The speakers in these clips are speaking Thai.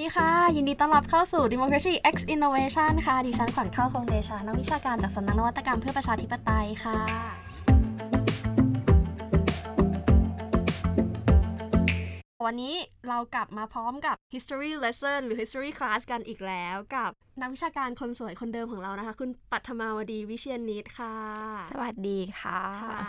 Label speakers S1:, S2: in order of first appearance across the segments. S1: ดีค่ะ ยินดีต้อนรับเข้าสู่ Democracy X Innovation ค่ะ ดิฉันขวัญเข้าคงเดชานักวิชาการจากสำนักนวัตกรรมเพื่อประชาธิปไตยค่ะ วันนี้เรากลับมาพร้อมกับ history lesson หรือ history class กันอีกแล้วกับนักวิชาการคนสวยคนเดิมของเรานะคะ คุณปัทมาวดีวิเชียนนิดค่ะ
S2: สวัสดีค่ะ
S1: ค่ะ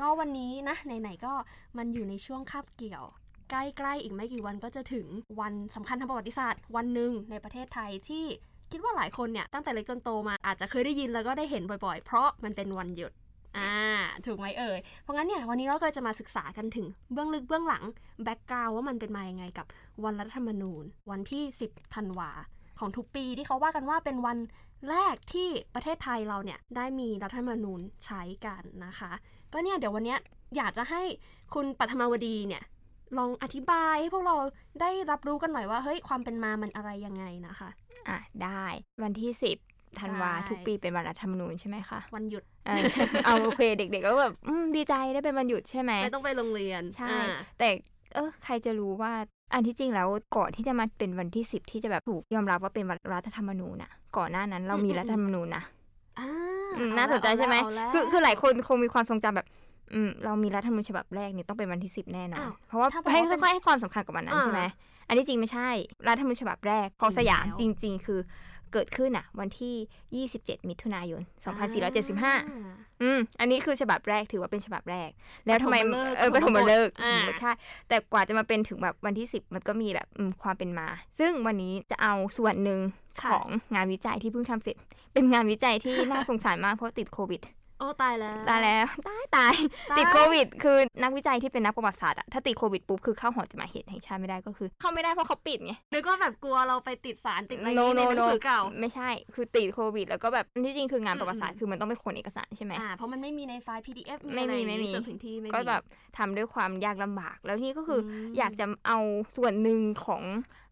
S1: ก็วันนี้นะไหนๆก็มันอยู่ในช่วงคาบเกี่ยว ใกล้ๆอีกไม่กี่วันก็จะถึงวันสำคัญทางประวัติศาสตร์ วันหนึ่งในประเทศไทยที่คิดว่าหลายคนเนี่ยตั้งแต่เล็กจนโตมาอาจจะเคยได้ยินแล้วก็ได้เห็นบ่อยๆ เพราะมันเป็นวันหยุดอ่าถูกไหมเอ่ย เพราะงั้นเนี่ยวันนี้เราก็จะมาศึกษากันถึงเบื้องลึกเบื้องหลังแบ็กกราวว่ามันเป็นมายังไงกับวันรัฐธรรมนูญ วันที่ 10ธันวาของทุกปีที่เขาว่ากันว่าเป็นวัน แรกที่ประเทศไทยเราเนี่ยได้มีรัฐธรรมนูญใช้กันนะคะ ก็เนี่ยเดี๋ยววันเนี้ยอยากจะให้คุณปัทมาวดีเนี่ยลองอธิบายให้พวกเราได้รับรู้กันหน่อยว่าเฮ้ยความเป็นมามันอะไรยังไงนะคะ
S2: อ่ะ ได้วันที่ 10ธันวา
S1: ใช่
S2: ทุกปีเป็นวันรัฐธรรมนูญใช่ไหมคะ
S1: วันหยุด
S2: เออใช่ เอาโอเคเด็ก ๆ ก็แบบอืมดีใจได้เป็นวันหยุดใช่ไหม
S1: ไม่ต้องไปโรงเรียน
S2: ใช่
S1: อ่า
S2: แต่เออใครจะรู้ว่าอันที่จริงแล้วก่อนที่จะมาเป็นวันที่ 10 ที่จะแบบถูกยอมรับว่าเป็นวันรัฐธรรมนูญอะก่อนหน้านั้นเรามีรัฐธรรมนูญนะ
S1: อ่า
S2: อืม
S1: เอละ
S2: น่าสนใจใช่ไหม
S1: เาละ
S2: คือคือ
S1: เาละ
S2: หลายคนคงมีความทรงจำแบบอืมเรามีรัฐธรรมนูญฉบับแรกนี่ต้องเป็นวันที่ 10 แน่นอน
S1: อ้าว
S2: เพราะว่า
S1: ถ้าบอกว่า
S2: ให้
S1: เป็น
S2: ค่อยๆให้ความสำคัญกับวันนั้น
S1: อ่า
S2: ใช่ไหมอันนี้จริงไม่ใช่ รัฐธรรมนูญฉบับแรกของ
S1: จริง
S2: สยาม
S1: แล้ว
S2: จริง ๆ คือเกิดขึ้นอะวันที่ 27 มิถุนายน 2475
S1: อ่า
S2: อืม อันนี้คือฉบับแรกถือว่าเป็นฉบับแรก แล้วทำไม
S1: ปฐมฤกษ์
S2: เออปฐมฤกษ์
S1: อ่า
S2: อืมใช่ แต่กว่าจะมาเป็นถึงแบบวันที่ 10 มันก็มีแบบอืมความเป็นมา ซึ่งวันนี้จะเอาส่วนหนึ่งของงานวิจัยที่เพิ่งทำเสร็จ เป็นงานวิจัยที่ น่าสงสารมากเพราะติดโควิด
S1: โอ้ตายแล้ว
S2: ตายแล้ว ตายตาย
S1: าย
S2: ติดโควิด คือนักวิจัยที่เป็นนักประวัติศาสตร์อะถ้าติดโควิดปุ๊บคือเข้าหอจดหมายเหตุแห่งชาติไม่ได้ก็คือ เข้าไม่ได้เพราะเขาปิดไง
S1: นึกว่าแบบกลัวเราไปติดสารติดอะไร
S2: No,
S1: นี้ใน
S2: no,
S1: หนังสือเก่า
S2: ไม่ใช่ คือติดโควิด แล้วก็แบบอันที่จริงคืองานประวัติศาสต
S1: อืม
S2: ร์คือมันต้องเป็นขนเอกสารใช่ไหม
S1: อ่าเพราะมันไม่มีในไฟล์ PDF
S2: ไม่มี
S1: อะร
S2: ไม่มี
S1: ส่งถึงที่ไม่มี
S2: ก็แบบทำด้วยความยากลำบาก แล้วนี่ก็คืออ
S1: ม
S2: อยากจะเอาส่วนหนึ่งของ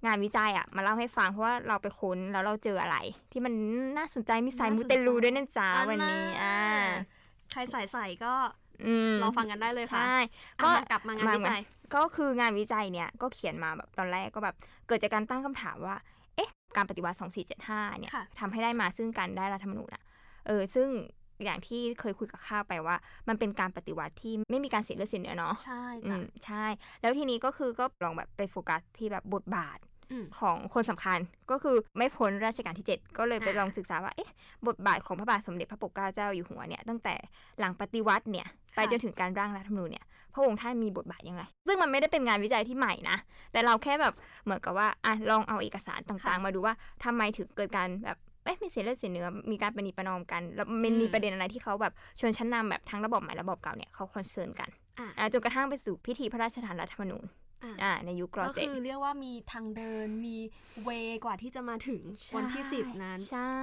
S2: งานวิจัยอะมาเล่าให้ฟังเพราะว่าเราไปค้นแล้วเราเจออะไร ที่มันน่าสนใจมีสาย
S1: น่าสนใจ
S2: มูเตลูด้วยนะจ๊ะ
S1: อ่า
S2: วันนี้อ่า
S1: ใครใส่ใส่ก็
S2: อืม
S1: รอฟังกันได้เลยค่ะ
S2: ใช่ ก็
S1: ก็กลับมางาน
S2: มา
S1: วิจัย
S2: ก็คืองานวิจัยเนี่ยก็เขียนมาแบบตอนแรกก็แบบเกิดจากการตั้งคำถามว่า เอ๊ะ การปฏิวัติ 2475 เนี่ย
S1: ค่ะ
S2: ทำให้ได้มาซึ่งการได้รัฐธรรมนูญอะเออซึ่งอย่างที่เคยคุยกับข้าวไปว่า มันเป็นการปฏิวัติที่ไม่มีการเสียเลือดเสียเนื้อเนาะ
S1: ใช่
S2: อื
S1: จ้ะ
S2: มใช่ แล้วทีนี้ก็คือก็ลองแบบไปโฟกัสที่แบบบทบาท
S1: อืม
S2: ของคนสำคัญก็คือไม่พ้นรัชกาลที่ 7 ก็เลยไป
S1: อ่า
S2: ลองศึกษาว่า เอ๊ะ บทบาทของพระบาทสมเด็จพระปกเกล้าเจ้าอยู่หัวเนี่ยตั้งแต่หลังปฏิวัติเนี่ยไป
S1: ค่ะ
S2: จนถึงการร่างรัฐธรรมนูญเนี่ยพระองค์ท่านมีบทบาทยังไง ซึ่งมันไม่ได้เป็นงานวิจัยที่ใหม่นะ แต่เราแค่แบบเหมือนกับว่าอ่ะลองเอาเอกสารต่างๆ มาดูว่าทำไมถึงเกิดการแบบเอ๊ะไม่เสียเลือดเสียเนื้อมีการประนีประนอมกันแล้วมันมีประเด็นอะไรที่เขาแบบชนชั้นนำแบบทั้งระบอบใหม่ระบอบเก่าเนี่ยเขาคอนเซิร์นกัน
S1: อ่ะ
S2: อ่ะจนกระทั่งไปสู่พิธีพระราชทานรัฐธรรมนูญ
S1: อ่ะ
S2: อ่ะในยุครอ
S1: ก็
S2: เจ็ด
S1: คือเรียกว่ามีทางเดินมีเวกว่าที่จะมาถึงวันที่
S2: ใช่
S1: 10 นั้น
S2: ใช่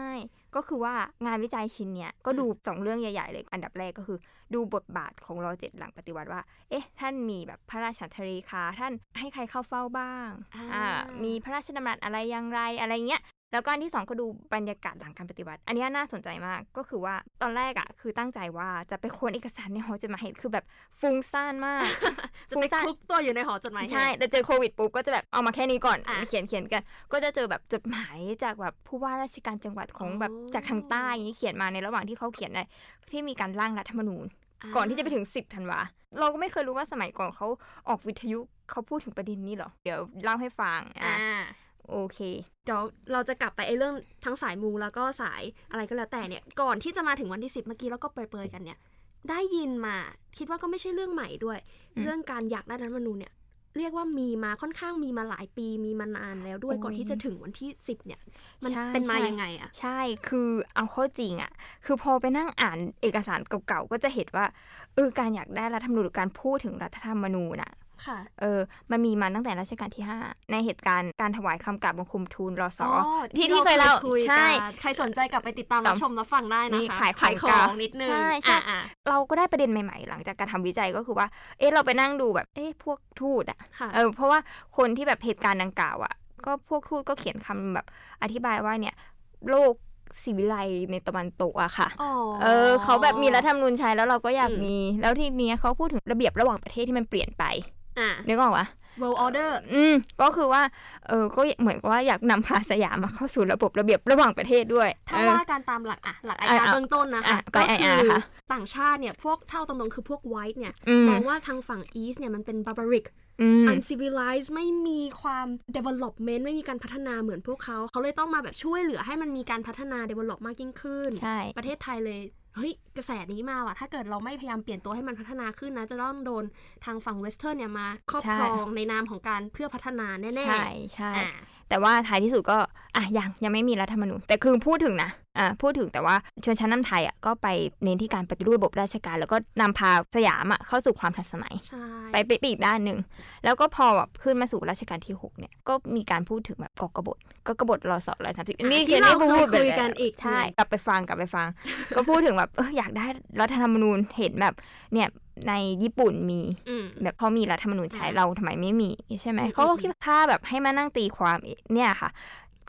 S2: ก็คือว่างานวิจัยชิ้นเนี้ยก็ดูสองเรื่องใหญ่ ๆ เลย อันดับแรกก็คือดูบทบาทของรอเจ็ดหลังปฏิวัติว่า เอ๊ะ ท่านมีแบบพระราชทรีคาท่านให้ใครเข้าเฝ้าบ้าง
S1: อ่า
S2: มีพระราชดำรัสอะไรอย่างไรอะไรเงี้ย แล้วก็อันที่สองก็ดูบรรยากาศหลังการปฏิวัติ อันเนี้ยน่าสนใจมากก็คือว่าตอนแรกอะ่ะคือตั้งใจว่าจะไปค้นเอกสารในหอจดหมายเหตุคือแบบฟุ้งซ่านมาก
S1: จะไป
S2: ฟุ้งซ่าน
S1: คลุกตัวอยู่ในหอจดหมายเหตุ
S2: ใช่ แต่เจอโควิดปุ๊บก็จะแบบเอามาแค่นี้ก่อน
S1: อ่ะ
S2: เขียนเขียนกัน ก็จะเจอแบบจดหมายจากแบบผู้ว่าราชการจังหวัดของแบบ
S1: อ๋อ
S2: จากทางใต้อย่างนี้เขียนมาในระหว่างที่เขาเขียนอะไรที่มีการร่างรัฐธรรมนูญ ก่อนที่จะไปถึง 10ธันวา เราก็ไม่เคยรู้ว่าสมัยก่อนเขาออกวิทยุเขาพูดถึงประเด็นนี้เหรอ เดี๋ยวเล่าให้ฟัง อ่ะ
S1: อ่า
S2: โอเค
S1: เดี๋ยวเราจะกลับไปไอ้เรื่องทั้งสายมูแล้วก็สายอะไรก็แล้วแต่เนี่ย ก่อนที่จะมาถึงวันที่ 10 เมื่อกี้แล้วก็เปรยๆกันเนี่ย ได้ยินมาคิดว่าก็ไม่ใช่เรื่องใหม่ด้วย
S2: อืม
S1: เรื่องการอยากได้รัฐธรรมนูญเนี่ย เรียกว่ามีมาค่อนข้างมีมาหลายปีมีมานานแล้วด้วยก่อนที่จะถึงวันที่ 10 เนี่ย มัน
S2: ใช่
S1: เป็นมา
S2: ใช่
S1: ยังไงอะ
S2: ใช่ คือเอาเข้อจริงอะคือพอไปนั่งอ่านเอกสารเก่าๆ ก็จะเห็นว่า เออ การอยากได้รัฐธรรมนูญหรือการพูดถึงรัฐธรรมนูญอะ
S1: ค่ะ
S2: เออ มันมีมาตั้งแต่รัชกาลที่ 5 ในเหตุการณ์การถวายคำกราบบังคมทูลรอสอ ที่ที่เคยเล่าใช่
S1: ใช่ใครสนใจกลับไปติดตาม
S2: ต่
S1: รั
S2: อบ
S1: ชมรับฟังได้นะ
S2: นี่
S1: คะ
S2: ขายขอ
S1: ข
S2: ง
S1: อง
S2: เก่านิ
S1: นิดนึง
S2: ใช่ใช่
S1: อ่ะอ่ะ
S2: เราก็ได้ประเด็นใหม่ๆ หลังจากการทำวิจัยก็คือว่า เอ๊ะ เราไปนั่งดูแบบ เอ๊ะ พวกทูตอะ
S1: ค่ะ
S2: เออ เพราะว่าคนที่แบบเหตุการณ์ดังกล่าวอะก็พวกทูตก็เขียนคำแบบอธิบายว่าเนี่ย โลกสิวิไลในตะวันตกอะค่ะ เออ เขาแบบมีรัฐธรรมนูญใช้แล้วเราก็อยากมี แล้วทีเนี้ยเขาพูดถึงระเบียบระหว่างประเทศที่มันเปลี่ยนไป
S1: อ่ะ
S2: นึกออกปะ
S1: world order
S2: อืมก็คือว่าเออก็เหมือนกับว่าอยากนำพาสยามมาเข้าสู่ระบบระเบียบระหว่างประเทศด้วย
S1: ถ้า
S2: เออ
S1: ว่าการตามหลักอะหลักไออา
S2: อ่ะ
S1: ร์เบื้องต้นนะ
S2: อ่ะ
S1: คะ
S2: ไป
S1: ก็
S2: IR
S1: คือ
S2: ค่ะ
S1: ต่างชาติเนี่ยพวกเท่าตำนงคือพวกไวท์เนี่ย
S2: อืม
S1: มองว่าทางฝั่งอีสเนี่ยมันเป็น barbaric
S2: อืม
S1: uncivilized ไม่มีความ development ไม่มีการพัฒนาเหมือนพวกเขา เขาเลยต้องมาแบบช่วยเหลือให้มันมีการพัฒนา develop มากยิ่งขึ้น
S2: ใช่
S1: ประเทศไทยเลยเฮ้ยกระแสนี้มาว่ะ ถ้าเกิดเราไม่พยายามเปลี่ยนตัวให้มันพัฒนาขึ้นนะ จะต้องโดนทางฝั่งเวสเทิร์นเนี่ยมาครอบ
S2: ใช่
S1: ครองในนามของการเพื่อพัฒนาแน่
S2: ใช่
S1: ๆ
S2: ใช่
S1: อ่า
S2: แต่ว่าท้ายที่สุดก็อ่ะยังยังไม่มีรัฐธรรมนูญแต่คือพูดถึงนะอ่ะพูดถึงแต่ว่าชนชั้นนำไทยอ่ะก็ไปเน้นที่การปฏิรูประบบราชการ แล้วก็นำพาสยามอ่ะเข้าสู่ความทันสมัย
S1: ใช่
S2: ไปไปอีกด้านหนึ่ง แล้วก็พอแบบขึ้นมาสู่รัชกาลที่ 6 เนี่ย ก็มีการพูดถึงแบบกกบฏก็กบฏรอสอร้อยสามสิบนี่
S1: ที่เรา
S2: นี่
S1: เคยคุยกัน
S2: ไปแล้ว
S1: อีก
S2: ใช่ กลับไปฟังกลับไปฟัง ก็พูดถึงแบบเอออยากได้รัฐธรรมนูญเห็นแบบเนี่ยในญี่ปุ่นมี
S1: อืม
S2: แบบเขามีรัฐธรรมนูญใช้
S1: อ่า
S2: เราทำไมไม่มีใช่ไหม
S1: อืม
S2: เขาก็คิดว่าถ้าแบบให้มานั่งตีความเนี่ยค่ะ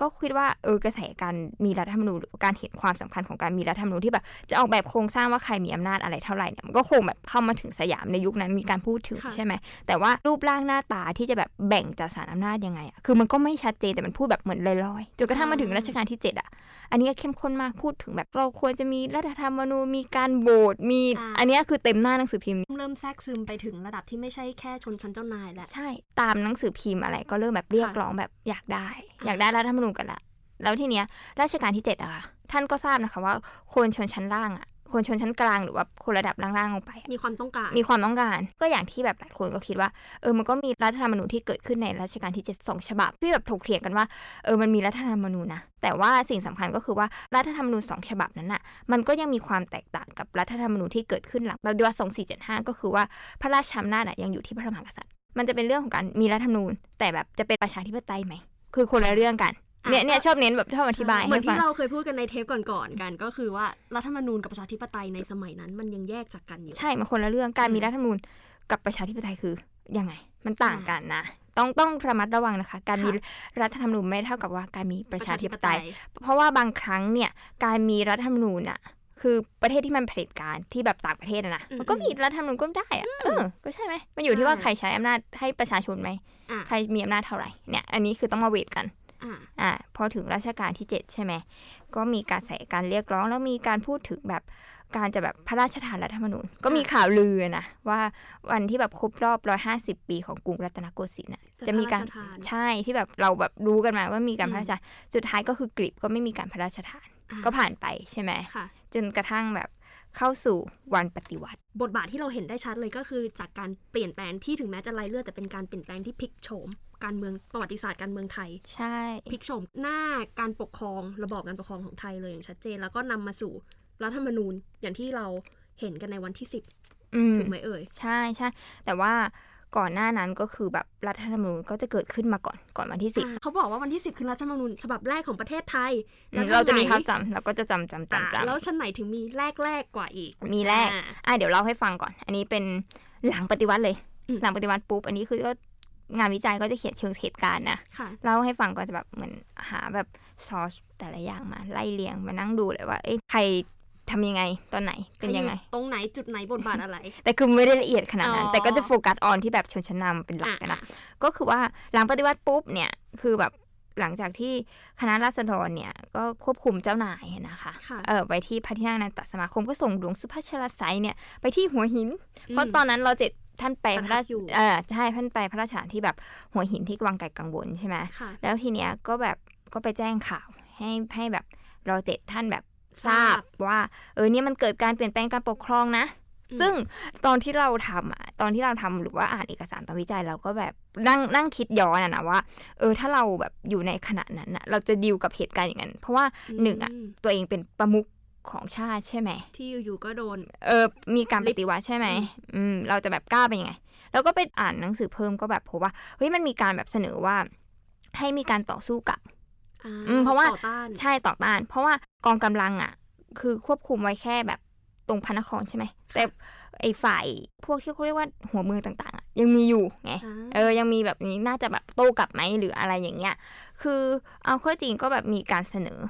S2: ก็คิดว่าเออกระแสการมีรัฐธรรมนูญหรือการเห็นความสำคัญของการมีรัฐธรรมนูญที่แบบจะออกแบบโครงสร้างว่าใครมีอำนาจอะไรเท่าไหร่เนี่ยมันก็คงแบบเข้ามาถึงสยามในยุคนั้นมีการพูดถึงใช่ไหมแต่ว่ารูปร่างหน้าตาที่จะแบบแบ่งจัดสรรอำนาจยังไงอะคือมันก็ไม่ชัดเจนแต่มันพูดแบบเหมือนลอยๆจนกระทั่งมาถึงรัชกาลที่เจ็ดอะอันนี้ก็เข้มข้นมากพูดถึงแบบเราควรจะมีรัฐธรรมนูญมีการโหวตมีอันเนี้ยคือเต็มหน้าหนังสือพิมพ์
S1: เริ่มแทรกซึมไปถึงระดับที่ไม่ใช่แค่ชนชั้นเจ้านายแล้ว
S2: ใช่ตามหนังสือพิมพ์อะไรก็เริ่มแบบเรียก
S1: ค่ะ
S2: ร้องแบบอยากได้
S1: ะ
S2: อยากได้รัฐธรรมนูญกันละแล้วทีเนี้ยราชการที่เจ็ดอะค่ะท่านก็ทราบนะคะว่าคนชนชั้นล่างอะคนชนชั้นกลางหรือว่าคนระดับล่างๆลงไปอะ
S1: มีความต้องการ
S2: มีความต้องการก็อย่างที่แบบหลายคนก็คิดว่าเออมันก็มีรัฐธรรมนูญที่เกิดขึ้นในรัชกาลที่เจ็ดสองฉบับที่แบบถกเถียงกันว่าเออมันมีรัฐธรรมนูญนะแต่ว่าสิ่งสำคัญก็คือว่ารัฐธรรมนูญสองฉบับนั้นอะมันก็ยังมีความแตกต่างกับรัฐธรรมนูญที่เกิดขึ้นหลังปฏิวัติ2475 ก็คือว่าพระราชอำนาจอะยังอยู่ที่พระมหากษัตริย์ มันจะเป็นเรื่องของการมีรัฐธรรมนูญ แต่แบบจะเป็นประชาธิปไตยไหม คือคนละเรื่องกัน
S1: อ่ะ
S2: เนี่ยเนี่ย
S1: ก็
S2: ชอบเน้นแบบชอบอธิบาย
S1: เหมื
S2: ให้
S1: อน
S2: ฟัง
S1: ที่เราเคยพูดกันในเทปก่อนๆกัน ก็คือว่ารัฐธรรมนูญกับประชาธิปไตยในสมัยนั้นมันยังแยกจากกันอยู่
S2: ใช่มันคนละเรื่องการมีรัฐธรรมนูญกับประชาธิปไตยคือยังไง มันต่างกันนะ ต้องต้องระมัดระวังนะคะ การมีรัฐธรรมนูญไม่เท่ากับว่าการมีประชาธิปไตย เพราะว่าบางครั้งเนี่ยการมีรัฐธรรมนูญอะคือประเทศที่มันเผด็จการที่แบบต่างประเทศอะนะ
S1: อืม
S2: มันก็มีรัฐธรรมนูญก็ได้อะเออก็ใช่ไหมมันอยู่ที่ว่า
S1: ใช่
S2: ใครใช้อำนาจให้ประชาชนไหม
S1: อ่ะ
S2: ใครมีอำนาจเท่าไหร่เนี่ยอันนี้คือต้องมาเวทกัน
S1: อ่า
S2: อ่ะพอถึงรัชกาลที่ 7 ใช่ไหม ก็มีกระแสการเรียกร้องแล้วมีการพูดถึงแบบการจะแบบพระราชทานรัฐธรรมนูญ ก็มีข่าวลือนะ ว่าวันที่แบบครบรอบ 150 ปีของกรุงรัตนโกสินทร์น่ะ
S1: จะ
S2: มีการ
S1: พระราชทาน
S2: ใช่ที่แบบเราแบบรู้กันมาว่ามีการ
S1: อืม
S2: พระราชทานสุดท้ายก็คือกรีบก็ไม่มีการพระราชทาน
S1: อ่ะ
S2: ก็ผ่านไปใช่ไหม
S1: ค่ะ
S2: จนกระทั่งแบบเข้าสู่วันปฏิวัติ
S1: บทบาทที่เราเห็นได้ชัดเลยก็คือจากการเปลี่ยนแปลงที่ถึงแม้จะลายเลือดแต่เป็นการเปลี่ยนแปลงที่พลิกโฉมการเมืองประวัติศาสตร์การเมืองไทย
S2: ใช่
S1: พลิกโฉมหน้าการปกครองระบอบการปกครองของไทยเลยอย่างชัดเจน แล้วก็นำมาสู่รัฐธรรมนูญอย่างที่เราเห็นกันในวันที่ 10
S2: อืม
S1: ถูกไหมเอ่ย
S2: ใช่ใช่แต่ว่าก่อนหน้านั้นก็คือแบบรัฐธรรมนูญก็จะเกิดขึ้นมาก่อนก่อนวันที่สิบ
S1: อ่าเขาบอกว่าวันที่ 10 คือรัฐธรรมนูญฉบับแรกของประเทศไทย
S2: อืม
S1: แล้ว
S2: เราจะมี
S1: ชั้
S2: ภาน พ
S1: ไหน
S2: จำเราก็จะจำจำ
S1: อ่า
S2: จำจำ
S1: แล้วชั้นไหนถึงมีแรกแรกๆกว่าอีก
S2: มีแรก
S1: อ่า
S2: อ่ะเดี๋ยวเล่าให้ฟังก่อน อันนี้เป็นหลังปฏิวัติเลย
S1: อืม
S2: หลังปฏิวัติปุ๊บ อันนี้คือก็งานวิจัยก็จะเขียนเชิงเหตุการณ์นะ
S1: ค่ะ
S2: เล่าให้ฟังก็จะแบบเหมือนหาแบบซอสแต่ละอย่างมาไล่เรียงมานั่งดูเลยว่าเอ้ยใครทำยังไงตอนไหนเป็นยังไง
S1: ใครอตรงไหนจุดไหนบทบาทอะไร
S2: แต่คือไม่ได้ละเอียดขนาดนั้น
S1: อ๋อ
S2: แต่ก็จะโฟกัสออนที่แบบชนชั้นนำเป็นหลักอะนะ
S1: อ่ะ
S2: ก็คือว่าหลังปฏิวัติปุ๊บเนี่ยคือแบบหลังจากที่คณะราษฎรเนี่ยก็ควบคุมเจ้านายนะคะ
S1: ค่ะ
S2: เออไปที่พระที่นั่งอนันตสมาคมก็ส่งหลวงสุพัชรไสยเนี่ยไปที่หัวหิน เพราะตอนนั้นรอเจ็ดท่านไปพระราช
S1: ประทับอยู่
S2: เออใช่ท่านไปพระราชทานที่แบบหัวหินที่วังไก่กังวลใช่ไหม
S1: ค่ะ
S2: แล้วทีเนี้ยก็แบบก็ไปแจ้งข่าวให้ให้แบบรอเจ็ดท่านแบบทราบว่าเออเนี่ยมันเกิดการเปลี่ยนแปลงการปกครองนะ
S1: อืม
S2: ซึ่งตอนที่เราทำอ่ะตอนที่เราทำหรือว่าอ่านเอกสารตอนวิจัยเราก็แบบนั่งนั่งคิดย้อนอะนะว่า เออถ้าเราแบบอยู่ในขณะนั้นอะเราจะดิวกับเหตุการณ์อย่างนั้น เพราะว่า หนึ่งอะ
S1: ม
S2: ตัวเองเป็นประมุขของชาติใช่ไหม
S1: ที่อยู่ๆก็โดน
S2: เออมีการปฏิวัติใช่ไหมอืมเราจะแบบกล้าไปยังไง แล้วก็ไปอ่านหนังสือเพิ่มก็แบบพบว่าเฮ้ยมันมีการแบบเสนอว่า ให้มีการต่อสู้กับ
S1: อ่
S2: อืมเพราะว่า
S1: ต่อต้าน
S2: ใช่ต่อต้าน เพราะว่ากองกำลังอ่ะ คือควบคุมไว้แค่แบบตรงพระนครใช่ไหมแต่ไอ้ฝ่ายพวกที่เขาเรียกว่าหัวเมืองต่างๆอะยังมีอยู่ไง
S1: อ่า
S2: เออยังมีแบบนี้น่าจะแบบโต้กลับไหมหรืออะไรอย่างเงี้ยคือเอาเข้อจริงก็แบบมีการเสนอ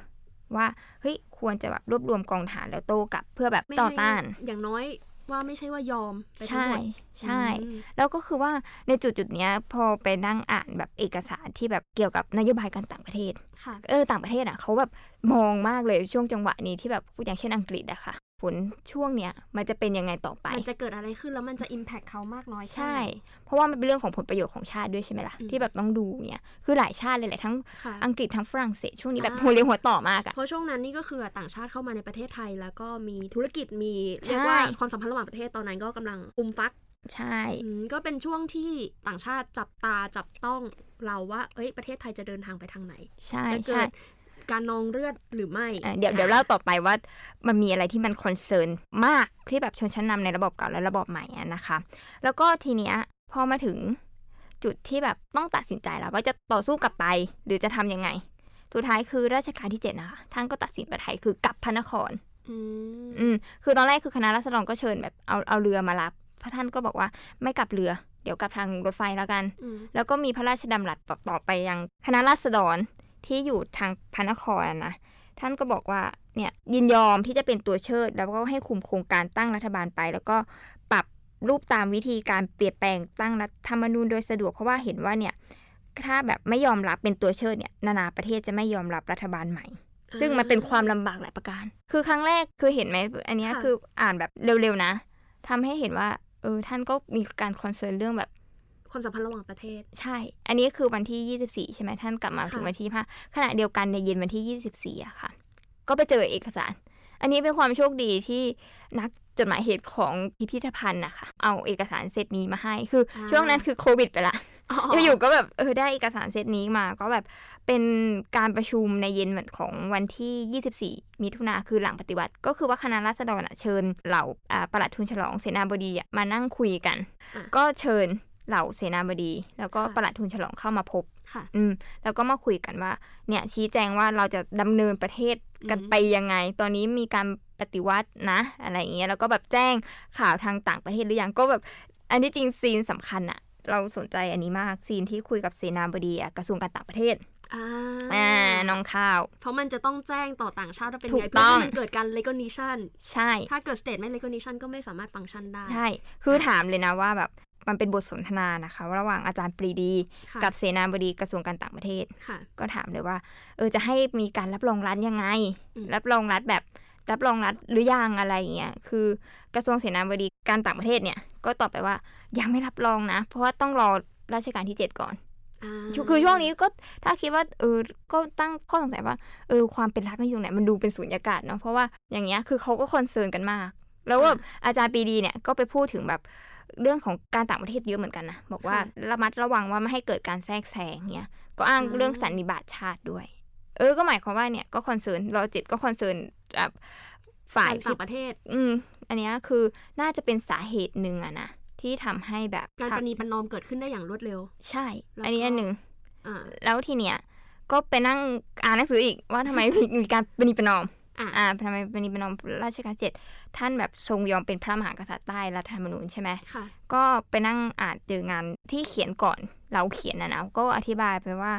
S2: ว่าเฮ้ยควรจะแบบรวบรวมกองทหารแล้วโต้กลับเพื่อแบบ
S1: ไม่
S2: ต่อ
S1: ให้
S2: ต้าน
S1: อย่างน้อย ว่าไม่ใช่ว่ายอมไปทั้ง
S2: ใช่
S1: หมด
S2: ใช่
S1: อืม
S2: แล้วก็คือว่าในจุดจุดๆเนี้ยพอไปนั่งอ่านแบบเอกสารที่แบบเกี่ยวกับนโยบายการต่างประเทศ
S1: ค่ะ
S2: เออต่างประเทศอ่ะเขาแบบมองมากเลยช่วงจังหวะนี้ที่แบบอย่างเช่นอังกฤษอะค่ะ ผลช่วงเนี้ยมันจะเป็นยังไงต่อไป
S1: มันจะเกิดอะไรขึ้นแล้วมันจะ impact เขามากน้อยแค่
S2: ใช่
S1: ไหน
S2: เพราะว่ามันเป็นเรื่องของผลประโยชน์ของชาติด้วยใช่ไหมล่ะ
S1: อืม
S2: ที่แบบต้องดูเนี่ยคือหลายชาติเลยแหละทั้ง
S1: ค่ะ
S2: อังกฤษทั้งฝรั่งเศสช่วงนี้แบบ
S1: อ่า
S2: หัวเรียวหัวต่อมากอะ
S1: เพราะช่วงนั้นนี่ก็คือต่างชาติเข้ามาในประเทศไทย แล้วก็มีธุรกิจมี
S2: ใช่
S1: เรียกว่าความสัมพันธ์ระหว่างประเทศตอนนั้นก็กำลังอุ้มฟัก
S2: ใช่
S1: อืมก็เป็นช่วงที่ต่างชาติจับตาจับต้องเราว่า เอ้ยประเทศไทยจะเดินทางไปทางไหน
S2: ใช่
S1: จะเกิ
S2: ใช่
S1: ดการนองเลือดหรือไม่
S2: อ่ะเดี๋ยวเดี๋ยวเล่าต่อไปว่ามันมีอะไรที่มันคอนเซิร์นมากที่แบบชนชั้นนำในระบบเก่าและระบบใหม่อะนะคะ แล้วก็ทีเนี้ยพอมาถึงจุดที่แบบต้องตัดสินใจแล้วว่าจะต่อสู้กลับไปหรือจะทำยังไงสุดท้ายคือรัชกาลที่เจ็ดนะคะท่านก็ตัดสินประไทยคือกลับพระนคร
S1: อืม
S2: อืมคือตอนแรกคือคณะรัษฎรก็เชิญแบบเอาเอาเรือมารับพระท่านก็บอกว่าไม่กลับเรือ เดี๋ยวกลับทางรถไฟแล้วกัน
S1: อืม
S2: แล้วก็มีพระราชดำรัสต่อไปยังคณะราษฎรที่อยู่ทางพระนครอะนะท่านก็บอกว่าเนี่ยยินยอมที่จะเป็นตัวเชิด แล้วก็ให้คุมโครงการตั้งรัฐบาลไป แล้วก็ปรับรูปตามวิธีการเปลี่ยนแปลงตั้งรัฐธรรมนูญโดยสะดวกเพราะว่าเห็นว่าเนี่ยถ้าแบบไม่ยอมรับเป็นตัวเชิดเนี่ยนานาประเทศจะไม่ยอมรับรัฐบาลใหม่ ซึ่งมันเป็นความลำบากหลายประการ คือครั้งแรกคือเห็นไหมอันเนี้ย
S1: ค่ะ
S2: คืออ่านแบบเร็วๆนะทำให้เห็นว่าเออท่านก็มีการคอนเซิร์นเรื่องแบบ
S1: ความสัมพันธ์ระหว่างประเทศ
S2: ใช่ อันนี้คือวันที่ 24 ใช่ไหมท่านกลับมา
S1: ค่ะ
S2: ถึงวันที่5ขณะเดียวกันในเย็นวันที่ 24อะค่ะ ก็ไปเจอเอกสาร อันนี้เป็นความโชคดีที่นักจดหมายเหตุของพิพิธภัณฑ์นะคะเอาเอกสารเซตนี้มาให้ คืออช่วงนั้นคือโควิดไปละ อยู่ๆก็แบบเออได้เอกสารเซตนี้มาก็แบบเป็นการประชุมในเย็นวันของวันที่ 24 มิถุนาคือหลังปฏิวัติ ก็คือว่าคณะราษฎรอะเชิญเหล่าอ่าประหลัดทุนฉลองเสนาบดีอะมานั่งคุยกัน
S1: อ่ะ
S2: ก็เชิญเหล่าเสนาบดี แล้วก็
S1: ค่ะ
S2: ประหลัดทุนฉลองเข้ามาพบ
S1: ค่ะ
S2: อืมแล้วก็มาคุยกันว่าเนี่ยชี้แจงว่าเราจะดำเนินประเทศกัน
S1: อืม
S2: ไปยังไง ตอนนี้มีการปฏิวัตินะ อะไรอย่างเงี้ยแล้วก็แบบแจ้งข่าวทางต่างประเทศหรือยังก็แบบอันที่จริงซีนสำคัญอะเราสนใจอันนี้มากซีนที่คุยกับเสนาบดีอะกระทรวงการต่างประเทศ
S1: อ่า
S2: อ่าน้องข้าว
S1: เพราะมันจะต้องแจ้งต่อต่างชาติว่าเป็น
S2: ถู
S1: ไง
S2: ก
S1: เพื่อ
S2: ต้อง
S1: ให้มันเกิดการ recognition
S2: ใช่
S1: ถ้าเกิด statement recognition ก็ไม่สามารถฟังก์ชันได้
S2: ใช่ คือถามเลยนะว่าแบบมันเป็นบทสนทนานะคะระหว่างอาจารย์ปรีดี
S1: ค่ะ
S2: กับเสนาบดีกระทรวงการต่างประเทศ
S1: ค่ะ
S2: ก็ถามเลยว่า เออจะให้มีการรับรองรัฐยังไง
S1: อืม
S2: รับรองรัฐแบบรับรองรัฐหรือยังอะไรอย่างเงี้ยคือกระทรวงเสนาบดีการต่างประเทศเนี่ย ก็ตอบไปว่ายังไม่รับรองนะ เพราะว่าต้องรอราชการที่ 7 ก่อน
S1: อ่า
S2: คือคือช่วงนี้ก็ถ้าคิดว่าเออก็ตั้งข้อสงสัยว่าเออความเป็นรัฐมันอยู่ตรงไหนมันดูเป็นสุญญากาศเนาะเพราะว่าอย่างเงี้ยคือเขาก็คอนเซิร์นกันมาก แล้วแบบอาจารย์ปรีดีเนี่ยก็ไปพูดถึงแบบเรื่องของการต่างประเทศเยอะเหมือนกันนะบอกว่าระมัดระวังว่าไม่ให้เกิดการแทรกแซงเนี่ย ก็อ้าง
S1: อ่า
S2: เรื่องสันนิบาตชาติด้วย เออ ก็หมายความว่าเนี่ยก็คอนเซิร์นรอจิตก็คอนเซิร์นแบบฝ่าย
S1: การต่า
S2: ที่
S1: งประเทศ
S2: อืม อันเนี้ยคือน่าจะเป็นสาเหตุหนึ่งอะนะที่ทำให้แบบ
S1: การประ
S2: ทำ
S1: นีประนอมเกิดขึ้นได้อย่างรวดเร็ว
S2: ใช่
S1: แล้วก็
S2: อันนี้อันหนึ่ง
S1: อ่า
S2: แล้วทีเนี้ยก็ไปนั่งอ่านหนังสืออีกว่าทำไม มีการปณิประนอม
S1: อ่า
S2: อ่าทำไมปณิประนอมราชการเจ็ดท่านแบบทรงยอมเป็นพระมหากษัตริย์ใต้รัฐธรรมนูญใช่ไหม
S1: ค่ะ
S2: ก็ไปนั่งอ่านเจองานที่เขียนก่อนเราเขียนนะนะก็อธิบายไปว่า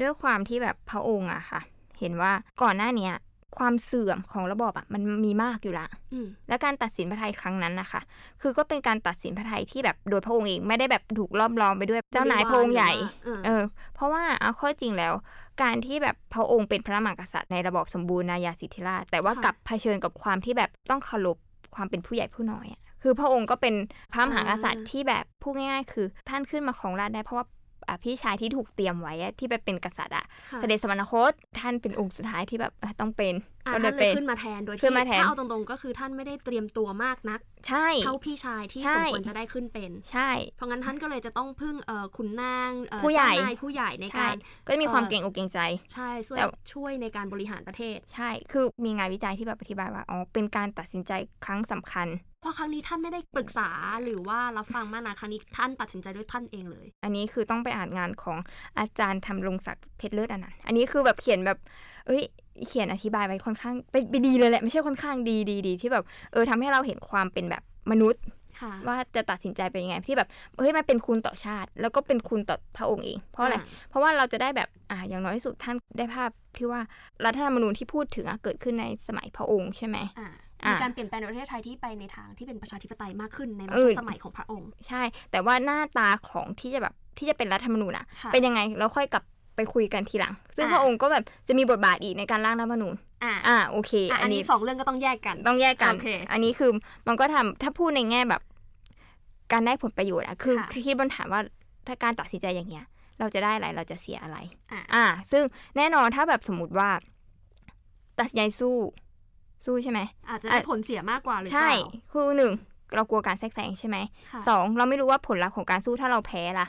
S2: ด้วยความที่แบบพระองค์อะค่ะ เห็นว่าก่อนหน้าเนี้ยความเสื่อมของระบอบอะมันมีมากอยู่ละ
S1: อืม
S2: และการตัดสินพระไทยครั้งนั้นนะคะ คือก็เป็นการตัดสินพระไทยที่แบบโดยพระองค์เองไม่ได้แบบถูกล้อมล้อมไปด้วยเจ้านายพระองค์ใหญ่
S1: อ่า
S2: เออเพราะว่าเอาข้อจริงแล้ว การที่แบบพระองค์เป็นพระมหากษัตริย์ในระบอบสมบูรณาญาสิทธิราชย์แต่ว่ากลับเผชิญกับความที่แบบต้องเคารพความเป็นผู้ใหญ่ผู้น้อยอะคือพระองค์ก็เป็นพระมหากษัตริย์ที่แบบพูดง่ายๆ คือท่านขึ้นมาครองราชย์ได้เพราะว่าอ่ะพี่ชายที่ถูกเตรียมไว้อะที่ไปเป็นกษัตริย์อะ
S1: ค่ะ
S2: เสด็จสวรรคตท่านเป็นองค์สุดท้ายที่แบบอ่ะต้องเป็น
S1: อ่า
S2: ก็เลย
S1: ท่านเล
S2: เป็
S1: ย
S2: น
S1: ขึ้นมาแทนโดยที่
S2: ขึ้นมาแทน
S1: ถ้าเอาตรงๆก็คือท่านไม่ได้เตรียมตัวมากนัก
S2: ใช่
S1: เท่าพี่ชายที่
S2: ใช่
S1: สมควรจะได้ขึ้นเป็น
S2: ใช่
S1: เพราะงั้นท่านก็เลยจะต้องพึ่งเอ่อขุนนางเอ่อ
S2: ผู้ใหญ่
S1: เจ้านายผู้ใหญ่ใน
S2: ใช่
S1: การ
S2: ก็จะมีความ
S1: เอ่อ
S2: เก่งอกเก่งใจ
S1: ใช่ช่วย
S2: แต่
S1: ช่วยในการบริหารประเทศ
S2: ใช่ คือมีงานวิจัยที่แบบอธิบายว่าอ๋อเป็นการตัดสินใจครั้งสำคัญ
S1: เพราะครั้งนี้ท่านไม่ได้ปรึกษาหรือว่ารับฟังมากนะครั้งนี้ท่านตัดสินใจด้วยท่านเองเลย
S2: อันนี้คือต้องไปอ่านงานของอาจารย์ทำรงศักดิ์เพชรเลิศอนันต์อันนี้คือแบบเขียนแบบ เอ้ย เขียนอธิบายไว้ค่อนข้างไปไปดีเลยแหละ ไม่ใช่ค่อนข้างดีดีดีที่แบบ เออทำให้เราเห็นความเป็นแบบมนุษย์
S1: ค่ะ
S2: ว่าจะตัดสินใจเป็นยังไงที่แบบเฮ้ยมันเป็นคุณต่อชาติ แล้วก็เป็นคุณต่อพระองค์เอง เพราะอะไร เพราะว่าเราจะได้แบบอ่าอย่างน้อยที่สุดท่านได้ภาพที่ว่ารัฐธรรมนูญที่พูดถึงอะเกิดขึ้นในสมัยพระองค์ใช่ไหม
S1: อ่า
S2: อ่ะ
S1: มีการเปลี่ยนแปลงในประเทศไทยที่ไปในทางที่เป็นประชาธิปไตยมากขึ้นในรั
S2: เอ
S1: ช
S2: อ
S1: สมัยของพระองค์
S2: ใช่ แต่ว่าหน้าตาของที่จะแบบที่จะเป็นรัฐธรรมนูญอะ
S1: ค่ะ
S2: เป็นยังไงเราค่อยกลับไปคุยกันทีหลัง ซึ่ง
S1: อ่ะ
S2: พระองค์ก็แบบจะมีบทบาทอีกในการร่างรัฐธรรมนูญ
S1: อ่ะ
S2: อ่าโอเค
S1: อ่ะ
S2: อั
S1: อัน
S2: น
S1: นี้
S2: นี้
S1: สองเรื่องก็ต้องแยกกัน
S2: ต้องแยกกัน
S1: โอเค
S2: อันนี้คือมันก็ทำถ้าพูดในแง่แบบการได้ผลประโยชน์อะคือ
S1: ค่ะ
S2: คือคิดบนถามว่าถ้าการตัดสินใจอย่างเงี้ย เราจะได้อะไรเราจะเสียอะไร
S1: อ่ะ
S2: อ่า ซึ่งแน่นอนถ้าแบบสมมติว่า ตัดสินใจสู้ สู้ใช่ไหม
S1: อาจจะ
S2: อ่ะ
S1: ได้ผลเสียมากกว่าหรือเป
S2: ใช่
S1: ล่า
S2: คือหนึ่งเรากลัวการแทรกแซงใช่ไหม
S1: ค่ะ
S2: สองเราไม่รู้ว่าผลลัพธ์ของการสู้ถ้าเราแพ้ล่ะ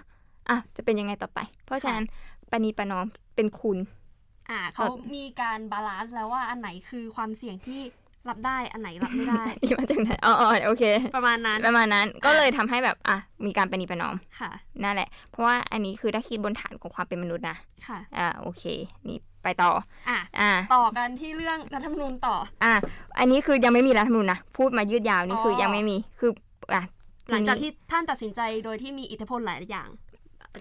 S2: อ่ะจะเป็นยังไงต่อไป เพราะฉะนั้นปณีประนอมเป็นคุณ
S1: อ่าเขา
S2: ก็
S1: มีการบาลานซ์แล้วว่าอันไหนคือความเสี่ยงที่รับได้อันไหนรับไม่ได้
S2: นี่มาจากไหนอ๋ออ๋อโอเค
S1: ประมาณนั้น
S2: ประมาณนั้นก็
S1: อ่ะ
S2: เลยทำให้แบบอ่ะมีการปณีประนอม
S1: ค่ะ
S2: นั่นแหละ เพราะว่าอันนี้คือถ้าคิดบนฐานของความเป็นมนุษย์นะ
S1: ค่ะ
S2: อ่าโอเค นี่ไปต่อ
S1: อ่ะ
S2: อ่า
S1: ต่อกันที่เรื่องรัฐธรรมนูญต่อ
S2: อ่ะอันนี้คือยังไม่มีรัฐธรรมนูญนะพูดมายืดยาวนี่คืออ
S1: อ
S2: ยังไม่มีคืออ่ะ
S1: หลังจาก
S2: นี้
S1: ที่ท่านตัดสินใจโดยที่มีอิทธิพลหลายอย่าง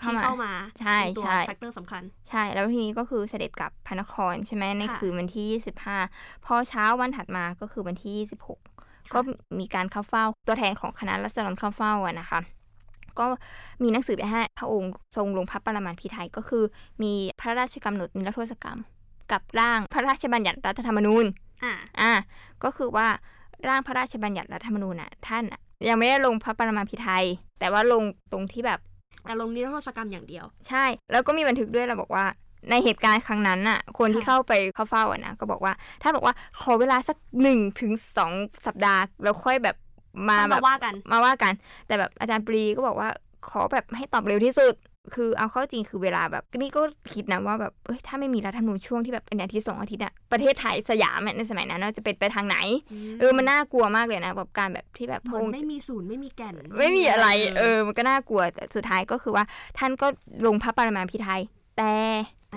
S2: เข้า
S1: ที่
S2: มา
S1: เข้ามา
S2: ใช่
S1: เป็นตัว
S2: ใช่
S1: แฟกเตอร์สำคัญ
S2: ใช่แล้วทีนี้ก็คือเสด็จกลับพระนครใช่ไหมใน
S1: ค่ะ
S2: คืนวันที่ 25 พอเช้าวันถัดมาก็คือวันที่ 26 ก็มีการเข้าเฝ้าตัวแทนของคณะรัษฎรเข้าเฝ้าอะนะคะ ก็มีหนังสือไปให้พระองค์ทรงลงพระประมาพิไทยก็คือ มีพระราชกำหนดนิรโทษกรรม กับร่างพระราชบัญญัติรัฐธรรมนูญ
S1: อ่ะ
S2: อ่ะก็คือว่าร่างพระราชบัญญัติรัฐธรรมนูญน่ะท่านอะยังไม่ได้ลงพระประมาพิไทยแต่ว่าลงตรงที่แบบ
S1: แต่ลงนิรโทษกรรมอย่างเดียว
S2: ใช่ แล้วก็มีบันทึกด้วยเราบอกว่า ในเหตุการณ์ครั้งนั้นน่ะ คนที่
S1: ค่ะ
S2: เข้าไปเข้าเฝ้าอ่ะนะ ก็บอกว่า ถ้านบอกว่าขอเวลาสักหนึ่งถึงสองสัปดาห์ แล้วค่อยแบบมา
S1: ต้อง
S2: แบ
S1: มา
S2: บ
S1: ว่ากัน
S2: มาว่ากัน แต่แบบอาจารย์ปรีก็บอกว่าขอแบบให้ตอบเร็วที่สุด คือเอาเข้าจริงคือเวลาแบบนี่ก็คิดนะว่าแบบเอ้ยถ้าไม่มีรัฐธรรมนูญช่วงที่แบบเป็นอาทิตย์สองอาทิตย์อะประเทศไทยสยามอะในสมัยนั้นเราจะเป็นไปทางไหนเออมันน่ากลัวมากเลยนะแบบการแบบที่แบบพ
S1: เห
S2: ระ
S1: มือ
S2: อง
S1: น
S2: ค์
S1: ไม่มีศูนย์ไม่มีแก่น
S2: ไม่มีอะไร เอ
S1: ลย
S2: อ มันก็น่ากลัวแต่สุดท้ายก็คือว่าท่านก็ลงพระปรมาภิไธยแต่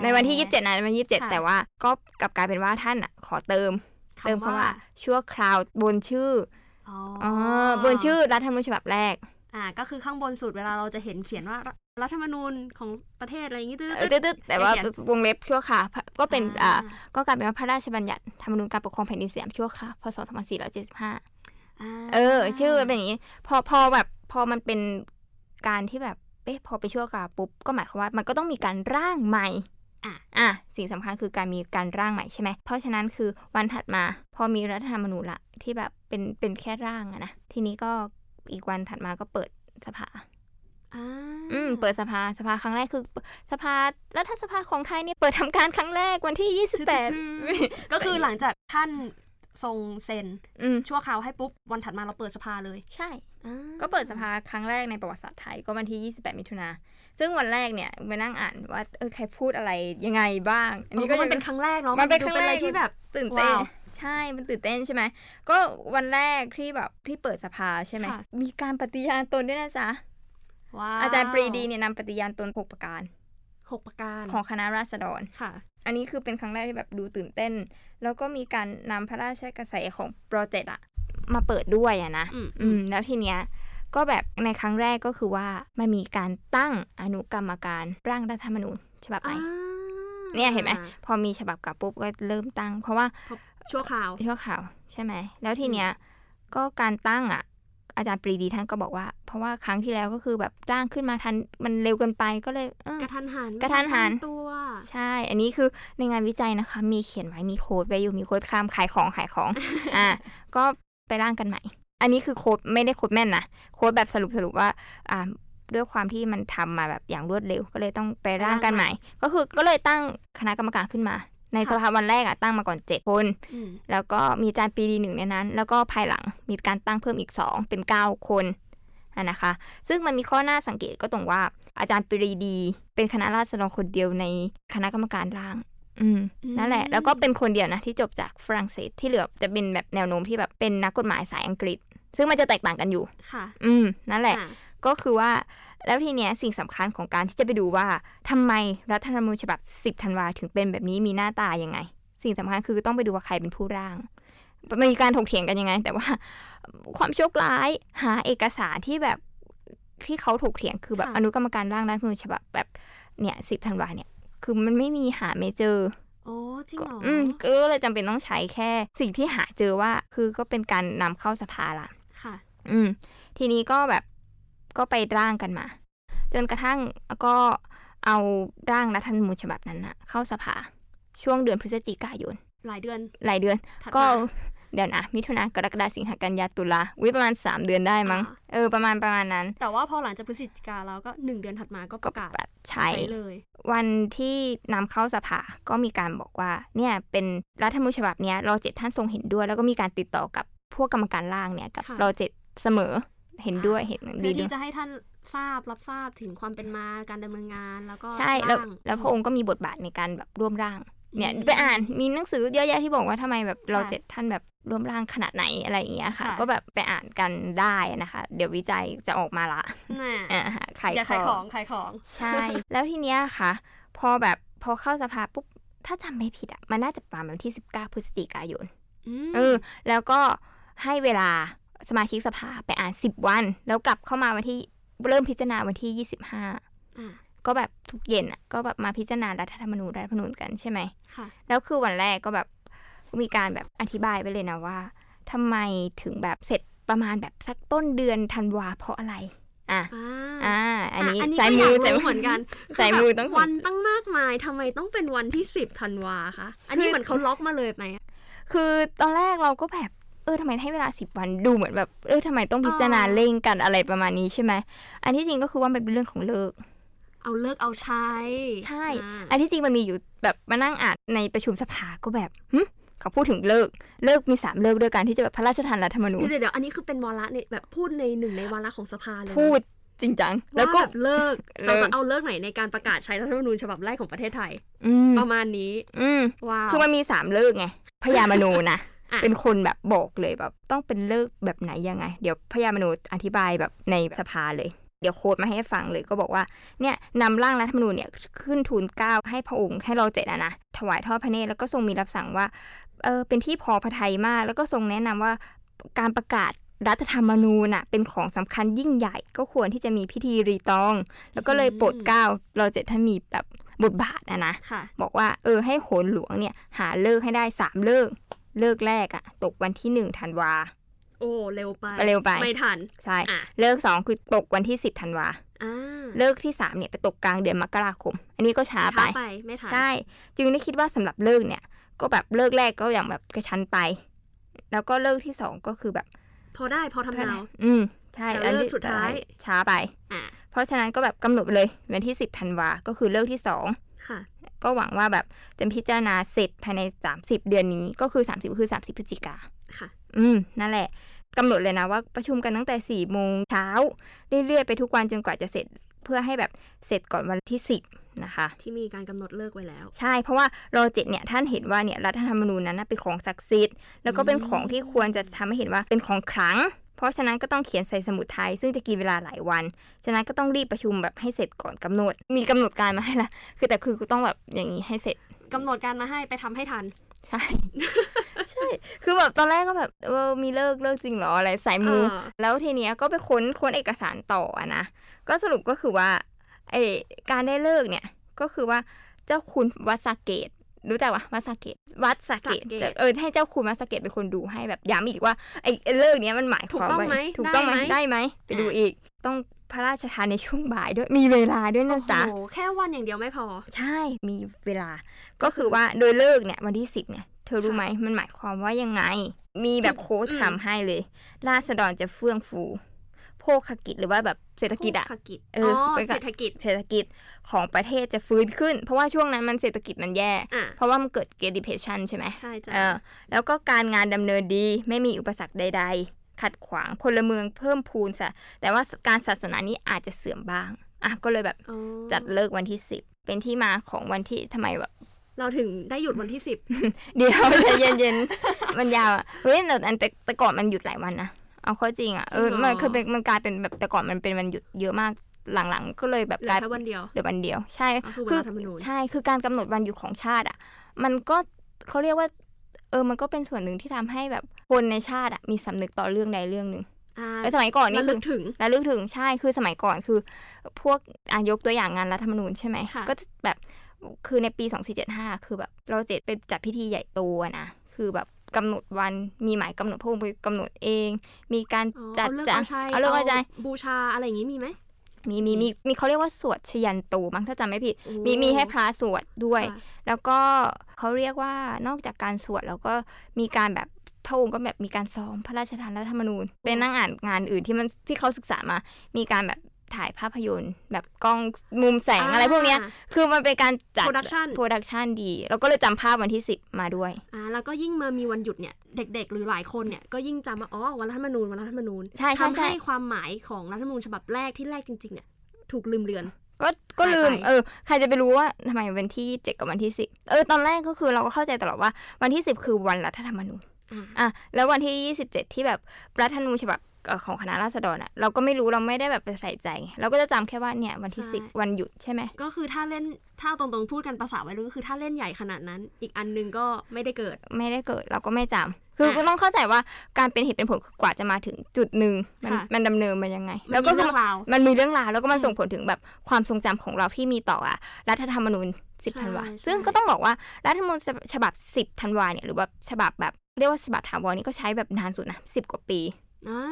S2: ในวันที่ 27นะวันที่
S1: ค่ะ
S2: 27 แต่ว่าก็กลับกลายเป็นว่าท่านอ่ะขอเติม เติมคำว่าชั่วคราวบนชื่อ
S1: อ๋อ
S2: อ๋อบนชื่อรัฐธรรมนูญฉบับแรก
S1: อ่าก็คือข้างบนสุดเวลาเราจะเห็นเขียนว่ารัฐธรรมนูญของประเทศอะไรอย่างงี้ตึ๊ด
S2: เออตึ๊ดๆแต่ว่า
S1: เขียน
S2: วงเล็บชั่วคราวก็เป็นอ่า
S1: อ่า
S2: ก็กลายเป็นว่าพระราชบัญญัติธรรมนูญการปกครองแผ่นดินสยามชั่วคราวพศ2475 เออ ชื่อเป็นอย่างนี้พอพอแบบพอมันเป็นการที่แบบเอ๊ะพอไปชั่วคราวปุ๊บก็หมายความว่ามันก็ต้องมีการร่างใหม่
S1: อ่ะ
S2: อ่ะสิ่งสำคัญคือการมีการร่างใหม่ใช่ไหมเพราะฉะนั้นคือวันถัดมา พอมีรัฐธรรมนูญละที่แบบเป็นเป็นแค่ร่างอะนะทีนี้ก็อีกวันถัดมาก็เปิดสภา
S1: อ่า
S2: อืมเปิดสภาสภาครั้งแรกคือ สภารัฐสภาของไทยเนี่ยเปิดทำการครั้งแรกวันที่
S1: ทึ่
S2: 28
S1: ๆก็คือหลังจากท่านทรงเซ็น
S2: อืม
S1: ชั่วคราวให้ปุ๊บ วันถัดมาเราเปิดสภาเลย
S2: ใช่
S1: อ่า
S2: ก็เปิดสภาครั้งแรกในประวัติศาสตร์ไทยก็วันที่ 28 มิถุนา ซึ่งวันแรกเนี่ยไปนั่งอ่านว่าเออใครพูดอะไรยังไงบ้าง อั
S1: เอ
S2: น
S1: อ
S2: นี้
S1: เพ
S2: ก็
S1: ราะมัน
S2: ยัง
S1: เป็นครั้งแรกเนาะ
S2: มันเป็น
S1: ดู
S2: ครั้งแรก
S1: อะไรที่แบบ
S2: ตื่นเต้น
S1: ว้าว
S2: ใช่ มันตื่นเต้นใช่ไหม ก็วันแรกที่แบบที่เปิดสภาใช่ไหม
S1: ค่ะ
S2: มีการปฏิญาณตนด้วยนะจ๊ะ
S1: ว้าว
S2: อาจารย์ปรีดีเนี่ยนำปฏิญาณตน 6 ประการ
S1: หกประการ
S2: ของคณะราษฎร
S1: ค่ะ
S2: อันนี้คือเป็นครั้งแรกที่แบบดูตื่นเต้น แล้วก็มีการนำพระราชกระแสของโปรเจกต์อะมาเปิดด้วยอะนะ
S1: อืม
S2: อืมแล้วทีเนี้ยก็แบบในครั้งแรกก็คือว่ามันมีการตั้งอนุกรรมการร่างรัฐธรรมนูญฉบับใหม่
S1: อ่า
S2: เนี่ยเห็นไหม พอมีฉบับเกับปุ๊บก็เริ่มตั้ง เพราะว่า
S1: ชั่วคราว
S2: ชั่วข่าวใช่ไหม แล้วทีเนี้ยก็การตั้งอ่ะ อาจารย์ปรีดีท่านก็บอกว่า เพราะว่าครั้งที่แล้วก็คือแบบร่างขึ้นมาทันมันเร็วเกินไปก็เลยเออ
S1: กระทันหัน
S2: กระทันหัน
S1: ตัว
S2: ใช่ อันนี้คือในงานวิจัยนะคะ มีเขียนไว้มีโค้ดไว้อยู่มีโค้ดคามขายของขายของ อ่ะก็ไปร่างกันใหม่ อันนี้คือโค้ดไม่ได้โค้ดแม่นนะโค้ดแบบสรุปสรุปว่าอ่าด้วยความที่มันทำมาแบบอย่างรวดเร็ว ก็เลยต้องไปร่างกันใหม่ ก็คือก็เลยตั้งคณะกรรมการขึ้นมา ใน
S1: ค่ะ
S2: สภาวันแรกอ่ะตั้งมาก่อนเจ็ดคน
S1: อืม
S2: แล้วก็มีอาจารย์ปรีดีหนึ่งในนั้น แล้วก็ภายหลังมีการตั้งเพิ่มอีก 2 เป็น 9 คนอ่ะนะคะ ซึ่งมันมีข้อน่าสังเกตก็ตรงว่าอาจารย์ปรีดี เป็นคณะราษฎรคนเดียวในคณะกรรมการร่าง อืมนั่นแหละ แล้วก็เป็นคนเดียวนะที่จบจากฝรั่งเศสที่เหลือจะเป็นแบบแนวโน้มที่แบบเป็นนักกฎหมายสายอังกฤษ ซึ่งมันจะแตกต่างกันอยู่
S1: ค่ะ
S2: อืมนั่นแหละ
S1: อ่ะ
S2: ก็คือว่าแล้วทีเนี้ยสิ่งสำคัญของการที่จะไปดูว่าทำไมรัฐธรรมนูญฉบับ 10 ธันวาถึงเป็นแบบนี้มีหน้าตายังไง สิ่งสำคัญคือต้องไปดูว่าใครเป็นผู้ร่างมีการถกเถียงกันยังไง แต่ว่าความโชคร้ายหาเอกสารที่แบบที่เขาถกเถียงคือแบบอนุกรรมการร่างรัฐธรรมนูญฉบับแบบเนี่ย10 ธันวาเนี่ยคือมันไม่มีหาไม่เจอ
S1: โอ้จริงเหรออ
S2: อืมก็เลยจำเป็นต้องใช้แค่สิ่งที่หาเจอว่าคือก็เป็นการนำเข้าสภาละ
S1: ค่ะ
S2: อืมทีนี้ก็แบบก็ไปร่างกันมา จนกระทั่งก็เอาร่างรัฐธรรมนูญฉบับนั้นนะเข้าสภาช่วงเดือนพฤศจิกายน
S1: หลายเดือน
S2: หลายเดือน
S1: ถัด
S2: ก็
S1: มา
S2: เดี๋ยวนะมิถุนากรกฎาสิงหากันยาตุลาวิประมาณ 3 เดือนได้มั้ง
S1: อ่า
S2: เออประมาณประมาณนั้น
S1: แต่ว่าพอหลังจากพฤศจิกาแล้วก็หนึ่งเดือนถัดมาก็ป
S2: ก็
S1: ระกาศ
S2: ประกาศใช้
S1: ใช้เลย
S2: วันที่นำเข้าสภาก็มีการบอกว่าเนี่ยเป็นรัฐธรรมนูญฉบับเนี้ยรอเจ็ดท่านทรงเห็นด้วย แล้วก็มีการติดต่อกับพวกกรรมการร่างเนี่ยกับรอเจ็ดเสมอเห็นด้วยเห็น
S1: เพื่
S2: ดี
S1: อ
S2: ด้วย
S1: ที่จะให้ท่านทราบรับทราบถึงความเป็นมาการดำเนินงานแล้วก็
S2: ใช่แล้ว
S1: ร่าง
S2: แล้วพระองค์ก็มีบทบาทในการแบบร่วมร่าง เนี่ย
S1: ม
S2: ไปอ่านมีหนังสือเยอะแยะที่บอกว่าทำไมแบบเรา
S1: ค่ะ
S2: เจ็ดท่านแบบร่วมร่างขนาดไหนอะไรอย่างเงี้ยค่ะ
S1: ค่ะ
S2: ก็แบบไปอ่านกันได้นะคะ เดี๋ยววิจัยจะออกมาละ
S1: น่ะ
S2: อ่าฮะขาย
S1: อย่า
S2: ข
S1: ขายข
S2: อ
S1: อง
S2: ง
S1: ขายของ
S2: ใช่ แล้วทีเนี้ยค่ะ พอแบบพอเข้าสภาปุ๊บถ้าจำไม่ผิดอ่ะมันน่าจะประมาณวันที่ 19 พฤศจิกายน
S1: อืม
S2: เออแล้วก็ให้เวลาสมาชิกสภาไปอ่าน 10 วัน แล้วกลับเข้ามาวันที่เริ่มพิจารณาวันที่ 25
S1: อ่ะ
S2: ก็แบบทุกเย็นอ่ะก็แบบมาพิจารณารัฐธรรมนูญรัฐธรรมนูญกันใช่ไหม
S1: ค่ะ
S2: แล้วคือวันแรกก็แบบมีการแบบอธิบายไปเลยนะว่าทำไมถึงแบบเสร็จประมาณแบบสักต้นเดือนธันวาเพราะอะไรอ่ะ
S1: อ่า
S2: อ่าอันนี้
S1: ะ
S2: สายมู
S1: ก็กรู้
S2: สาย
S1: เหมือนกัน
S2: สายมู
S1: คืแบบ
S2: ต้อง
S1: วันตั้งมากมายทำไมต้องเป็นวันที่ 10ธันวาคะ อันนี้
S2: คือ
S1: เหมือนเขาล็อกมาเลยไหมอะ
S2: คือตอนแรกเราก็แบบเออทำไมให้เวลาสิบวันดูเหมือนแบบเออทำไมต้องพิจารณา
S1: อ๋อ
S2: เร่งกันอะไรประมาณนี้ใช่ไหมอันที่จริงก็คือว่ามันเป็นเรื่องของเลิก
S1: เอาเลิกเอาใช้
S2: ใช่
S1: อ่า
S2: อันที่จริงมันมีอยู่แบบมานั่งอ่านในประชุมสภาก็แบบหึเขาพูดถึงเลิกเลิกมีสามเลิกด้วยกันที่จะแบบพระราชทานรัฐธรรมนูญ
S1: เดี๋ยวเดี๋ยวอันนี้คือเป็นวาระในแบบพูดในหนึ่งในวาระของสภาเลยนะ
S2: พูดจริงจัง
S1: แล้
S2: แล้ว ว
S1: ก็
S2: ก็
S1: เลิก
S2: เลิก
S1: เราจะเอาเลิกไหนในการประกาศใช้รัฐธรรมนูญฉบับแรกของประเทศไทย
S2: อืม
S1: ประมาณนี้
S2: อืม
S1: ว้าว
S2: คือมันมีสามเลิกไงพญามโนนะ
S1: อ่ะ
S2: เป็นคนแบบบอกเลยแบบ ต้องเป็นเลิกแบบไหนยังไง เดี๋ยวพญามโนอธิบายแบบในสภาเลย เดี๋ยวโค้ดมาให้ฟังเลยก็บอกว่าเนี่ยนำร่างรัฐธรรมนูญเนี่ยขึ้นทูลเกล้าให้พระองค์ให้เราเจ็ดอะนะถวายทอดพระเนตรแล้วก็ทรงมีรับสั่งว่าเออเป็นที่พอพระทัยมาก แล้วก็ทรงแนะนำว่าการประกาศรัฐธรรมนูญน่ะเป็นของสำคัญยิ่งใหญ่ก็ควรที่จะมีพิธีรีตอง แล้วก็เลยโปรดเกล้าเราเจ็ดท่านมีแบบบทบาทนะนะ
S1: ค่ะ
S2: บอกว่าเออให้โหนหลวงเนี่ยหาเลิกให้ได้สามเลิกเลิกแรกอะตกวันที่หนึ่งธันวา
S1: โอ้เร็วไป
S2: เร็วไป
S1: ไม่ทัน
S2: ใช่
S1: อ่ะ
S2: เลิกสองคือตกวันที่สิบธันวา
S1: อ่า
S2: เลิกที่สามเนี่ยไปตกกลางเดือนมกราคม อันนี้ก็ช้าไป
S1: ช้าไปไม่ทัน
S2: ใช่ จึงได้คิดว่าสำหรับเลิกเนี่ย ก็แบบเลิกแรกก็อย่างแบบกระชั้นไป แล้วก็เลิกที่สองก็คือแบบ
S1: พอได้พอทำเนา
S2: อืมใช่
S1: แล้วเลิกสุดท้าย
S2: ช้าไป
S1: อ่ะ
S2: เพราะฉะนั้นก็แบบกำหนดไปเลยวันที่สิบธันวาก็คือเลิกที่สอง
S1: ค่ะ
S2: ก็หวังว่าแบบจะพิจารณาเสร็จภายใน 30 เดือนนี้ก็คือ 30 คือ 30พฤศจิกา
S1: ค่ะ
S2: อืม นั่นแหละกำหนดเลยนะว่าประชุมกันตั้งแต่4ี่โมงเช้า เรื่อยๆ ไปทุกวันจนกว่าจะเสร็จเพื่อให้แบบเสร็จก่อนวันที่ 10 นะคะ
S1: ที่มีการกำหนดเลิกไว้แล้ว
S2: ใช่เพราะว่ารอเจ็ดเนี่ยท่านเห็นว่าเนี่ยรัฐธรรมนูญนั้นนะเป็นของศักดิ์สิทธิ์แล้วก็เป็นของที่ควรจะทำให้เห็นว่าเป็นของขลัง เพราะฉะนั้นก็ต้องเขียนใส่สมุดไทยซึ่งจะกินเวลาหลายวัน ฉะนั้นก็ต้องรีบประชุมแบบให้เสร็จก่อนกำหนด มีกำหนดการมาให้ละคือแต่คือกูต้องแบบอย่างนี้ให้เสร็จ
S1: กำหนดการมาให้ไปทำให้ทัน
S2: ใช่ ใช่ คือแบบตอนแรกก็แบบเออมีเลิกเลิกจริงเหรออะไรสายมู
S1: เออ
S2: แล้วทีเนี้ยก็ไปค้นค้นเอกสารต่ออะนะ ก็สรุปก็คือว่าไอการได้เลิกเนี่ยก็คือว่าเจ้าคุณวัดสะเกต รู้จักปะวัดสะเกต วัดสะเกต
S1: สะเกต
S2: จะเออให้เจ้าคุณวัดสะเกตเป็นคนดูให้แบบย้ำอีกว่าไอไอ้เลิกเนี้ยมันหมาย
S1: ถู
S2: ค
S1: กต้อ
S2: วาม
S1: ง
S2: ว่า
S1: ไหม
S2: ถูกต้องไหม
S1: ได้ไหม
S2: ได้ไหมไปดูอีก ต้องพระราชทานในช่วงบ่ายด้วยมีเวลาด้วย
S1: โอ้
S2: นะ
S1: โห
S2: จ๊ะ
S1: แค่วันอย่างเดียวไม่พอ
S2: ใช่ มีเวลา ก็คือว่าโดยเลิกเนี่ยวันที่ 10เนี่ย เธอรู้
S1: ค่ะ
S2: ไหมมันหมายความว่ายังไง มีแบบโค้ด
S1: อืม
S2: ทำให้เลย ราษฎรจะเฟื่องฟู โภคกิจหรือว่าแบบเศรษฐกิจอะ
S1: เศรษฐกิจ
S2: เอ
S1: อ๋
S2: อ
S1: อ
S2: เป็นการ
S1: เศรษฐกิจ
S2: เศรษฐกิจของประเทศจะฟื้นขึ้น เพราะว่าช่วงนั้นมันเศรษฐกิจมันแย่
S1: อ่ะ
S2: เพราะว่ามันเกิด Great Depression ใช่ไหม
S1: ใช่จ้ะ
S2: เออแล้วก็การงานดำเนินดีไม่มีอุปสรรคใด ๆ ขัดขวางพลเมืองเพิ่มพูนซะแต่ว่าการศาสนานี้อาจจะเสื่อมบ้างอ่ะก็เลยแบบ
S1: อ๋อ
S2: จัดเลิกวันที่ 10 เป็นที่มาของวันที่ทำไมแบบ
S1: เราถึงได้หยุดวันที่สิบ
S2: เดี๋ยวใจเย็นๆ มันยาวอ่ะ เฮ้ยแต่แต่แต่ก่อนมันหยุดหลายวันนะ เอาเข้อจริงอ่ะ เออ มันเคยเป็นมันกลายเป็นแบบแต่ก่อนมันเป็นวันหยุดเยอะมาก หลังๆ ก็เลยแบบ
S1: เหลือ
S2: กลาย
S1: แค่วันเดียว
S2: เดี๋ยววันเดียว ใช่
S1: ก็คือ
S2: คื
S1: วัน
S2: อ
S1: รัฐธรรมนูญ
S2: ใช่ คือการกำหนดวันหยุดของชาติอ่ะ มันก็เขาเรียกว่า เออ มันก็เป็นส่วนหนึ่งที่ทำให้แบบคนในชาติอ่ะมีสำนึกต่อเรื่องใดเรื่องหนึ่ง
S1: อ่า
S2: เออสมัยก่อนนี่
S1: ระ
S2: คื
S1: ลึ
S2: อ
S1: กถึง
S2: ระลึกถึงใช่คือสมัยก่อนคือ พวกอายกตัวอย่างงานรัฐธรรมนูญใช่ไหม
S1: ค่ะ
S2: ก็จะแบบ คือในปี 2475 คือแบบเราเจ็ดไปจัดพิธีใหญ่โตอะนะ คือแบบกำหนดวันมีหมายกำหนดพระองค์ไปกำหนดเอง มีการ
S1: อ๋อ
S2: จัด
S1: เอาเลิก
S2: จะ
S1: เอาใช้
S2: เอาเลิกเอาใจ
S1: บูชาอะไรอย่างนี้มีไหม
S2: มีมีมีมีเขาเรียกว่าสวดชยันโตมั้งถ้าจำไม่ผิด
S1: โอ้
S2: มีมีให้พระสวดด้วย
S1: ค่ะ
S2: แล้วก็เขาเรียกว่านอกจากการสวดแล้วก็มีการแบบพระองค์ก็แบบมีการซ้อมพระราชทานรัฐธรรมนูญเป็นนั่งอ่านงานอื่นที่มันที่เขาศึกษามา มีการแบบถ่ายภาพยนตร์ แบบกล้องมุมแสงอะไรพวกเนี้ย คือมันเป็นการจัด
S1: Production
S2: โปรดักชันดีแล้วก็เลยจำภาพวันที่ 10 มาด้วย
S1: อ่าแล้วก็ยิ่งมามีวันหยุดเนี่ยเด็ก ๆ หรือหลายคนเนี่ยก็ยิ่งจำว่าอ๋อวันรัฐธรรมนูญวันรัฐธรรมนูญ
S2: ใช่ใช่
S1: ทำ
S2: ใช่
S1: ให้ความหมายของรัฐธรรมนูญฉบับแรกที่แรกจริงๆเนี่ยถูกลืมเลือน
S2: ก็ก็ลืม
S1: หายไป
S2: เออใครจะไปรู้ว่าทำไมวันที่27กับวันที่ 10 เออตอนแรกก็คือเราก็เข้าใจตลอดว่าวันที่ 10 คือวันรัฐธรรมนูญ
S1: อ่า
S2: อ่ะแล้ววันที่ 27 ที่แบบรัฐธรรมนูญฉบับเอ่อของคณะราษฎรอ่ะเราก็ไม่รู้เราไม่ได้แบบไปใส่ใจไงเราก็จะจำแค่ว่าเนี่ยวันที่
S1: ใช่
S2: 10 วันหยุดใช่ไหม
S1: ก็คือถ้าเล่นถ้าเอาตรงๆพูดกันภาษาวัยรุ่นก็คือถ้าเล่นใหญ่ขนาดนั้น อีกอันหนึงก็ไม่ได้เกิด
S2: ไม่ได้เกิดเราก็ไม่จำคือ
S1: ค่ะ
S2: ก็ต้องเข้าใจว่าการเป็นเหตุเป็นผลคือกว่าจะมาถึงจุดหนึ่งมัน
S1: ค่ะ
S2: มันดำเนินมายังไง
S1: มัน
S2: แล้ว
S1: มี
S2: ก็คื
S1: เรื่อ
S2: อ
S1: งราว
S2: มันมีเรื่องราวแล้วก็มัน
S1: อืม
S2: ส่งผลถึงแบบความทรงจำของเราที่มีต่ออะรัฐธรรมนูญ 10 ธันวา
S1: ใช่
S2: ซึ่งก็ต้องบอกว่ารัฐธรรมนูญฉบับ 10 ธันวาเนี่ยหรือว่าฉบับแบบเรียกว่าฉบับถาวรนี่ก็ใช้แบบนานสุดนะ10 กว่าปี
S1: า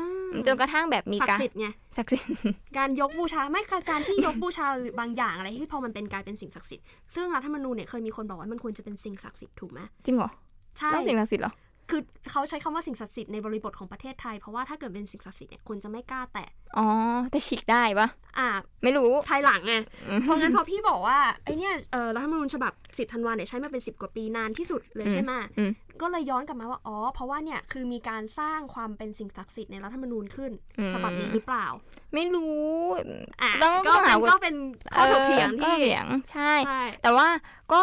S2: จนกระทั่งแบบมี
S1: ศัก
S2: การ
S1: ดิ์สิทธิ์ไง
S2: ศักดิ์สิทธิ์
S1: การยกบูชาไม่ค่ะการที่ยกบูชาหรือบางอย่างอะไรที่พอมันเป็นกลายเป็นสิ่งศักดิ์สิทธิ์ซึ่งรัฐธรรมนูญเนี่ยเคยมีคนบอกว่ามันควรจะเป็นสิ่งศักดิ์สิทธิ์ถูกไหม
S2: จริงเหรอ
S1: ใช่
S2: ต้องสิ่งศักดิ์สิทธิ์เหรอ
S1: คือเขาใช้คำว่าสิ่งศักดิ์สิทธิ์ในบริบทของประเทศไทย เพราะว่าถ้าเกิดเป็นสิ่งศักดิ์สิทธิ์เนี่ยคนจะไม่กล้าแตะ
S2: อ๋อ แต่ฉีกได้ปะ
S1: อ่า
S2: ไม่รู้
S1: ภายหลังไง
S2: อืม
S1: เพราะงั้นพอพี่บอกว่าไอเนี่ยเอ่อรัฐธรรมนูญฉบับ 10ธันวาเนี่ยใช้มาเป็น 10 กว่าปีนานที่สุดเลย
S2: อืม
S1: ใช่ไหม
S2: อืม
S1: ก็เลยย้อนกลับมาว่าอ๋อเพราะว่าเนี่ยคือมีการสร้างความเป็นสิ่งศักดิ์สิทธิ์ในรัฐธรรมนูญขึ้น ฉบับนี้หรือเปล่า
S2: ไม่รู้
S1: อ่ะ
S2: ต้อง
S1: ก็
S2: หา
S1: เป็น
S2: ว่า
S1: ก็เป็นข้อถกเถียง
S2: ออข้อ
S1: ที่
S2: ถกเถียงใช่
S1: ใช่
S2: แต่ว่าก็